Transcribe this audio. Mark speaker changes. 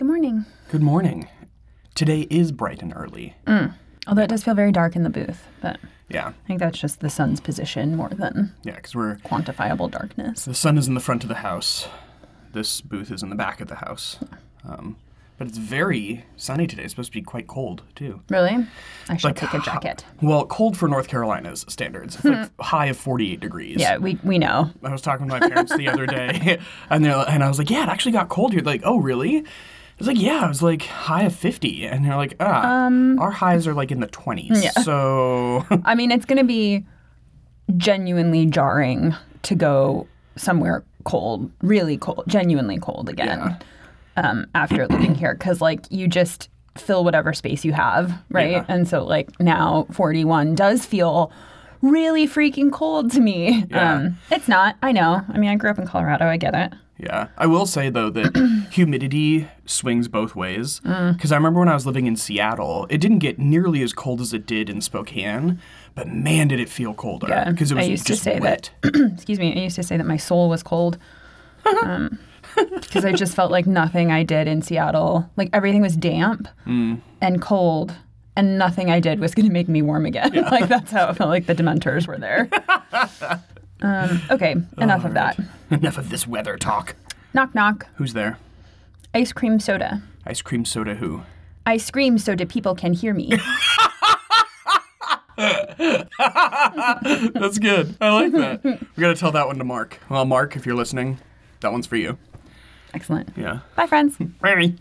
Speaker 1: morning.
Speaker 2: Good morning. Today is bright and early.
Speaker 1: Although it does feel very dark in the booth, but
Speaker 2: Yeah,
Speaker 1: I think that's just the sun's position more than
Speaker 2: yeah, because we're
Speaker 1: quantifiable darkness.
Speaker 2: the sun is in the front of the house. This booth is in the back of the house. Um, but it's very sunny today. It's supposed to be quite cold too.
Speaker 1: Really? I should
Speaker 2: Like,
Speaker 1: take a jacket.
Speaker 2: Well, cold for North Carolina's standards. It's like high of 48 degrees.
Speaker 1: Yeah, we, we know.
Speaker 2: I was talking to my parents the other day, and they're and I was like, "Yeah, it actually got cold here." Like, "Oh, really?" I was like, "Yeah, it was like high of 50," and they're like, "Ah, our highs are like in the 20s." So
Speaker 1: I mean, it's going to be genuinely jarring to go somewhere cold, really cold, genuinely cold again um, after living here. Cause like you just fill whatever space you have, right?
Speaker 2: Yeah.
Speaker 1: And so like now 41 does feel really freaking cold to me.
Speaker 2: Yeah.
Speaker 1: Um, it's not. I know. I mean, I grew up in Colorado. I get it.
Speaker 2: Yeah. I will say, though, that humidity swings both ways.
Speaker 1: Mm.
Speaker 2: Because I remember when I was living in Seattle, it didn't get nearly as cold as it did in Spokane, but man, did it feel colder.
Speaker 1: Yeah,
Speaker 2: Because it
Speaker 1: I
Speaker 2: was
Speaker 1: used to
Speaker 2: just
Speaker 1: say
Speaker 2: wet.
Speaker 1: Excuse me. I used to say that my soul was cold. Because I just felt like nothing I did in Seattle, like everything was damp and cold, and nothing I did was going to make me warm again. like that's how it felt like the Dementors were there. um, okay, enough of that.
Speaker 2: Enough of this weather talk.
Speaker 1: Knock knock.
Speaker 2: Who's there?
Speaker 1: Ice cream soda.
Speaker 2: Ice cream soda who?
Speaker 1: I scream so da people can hear me.
Speaker 2: That's good. I like that. we got to tell that one to Mark. Well, Mark, if you're listening, that one's for you.
Speaker 1: Excellent.
Speaker 2: Yeah.
Speaker 1: Bye, friends.
Speaker 2: Bye.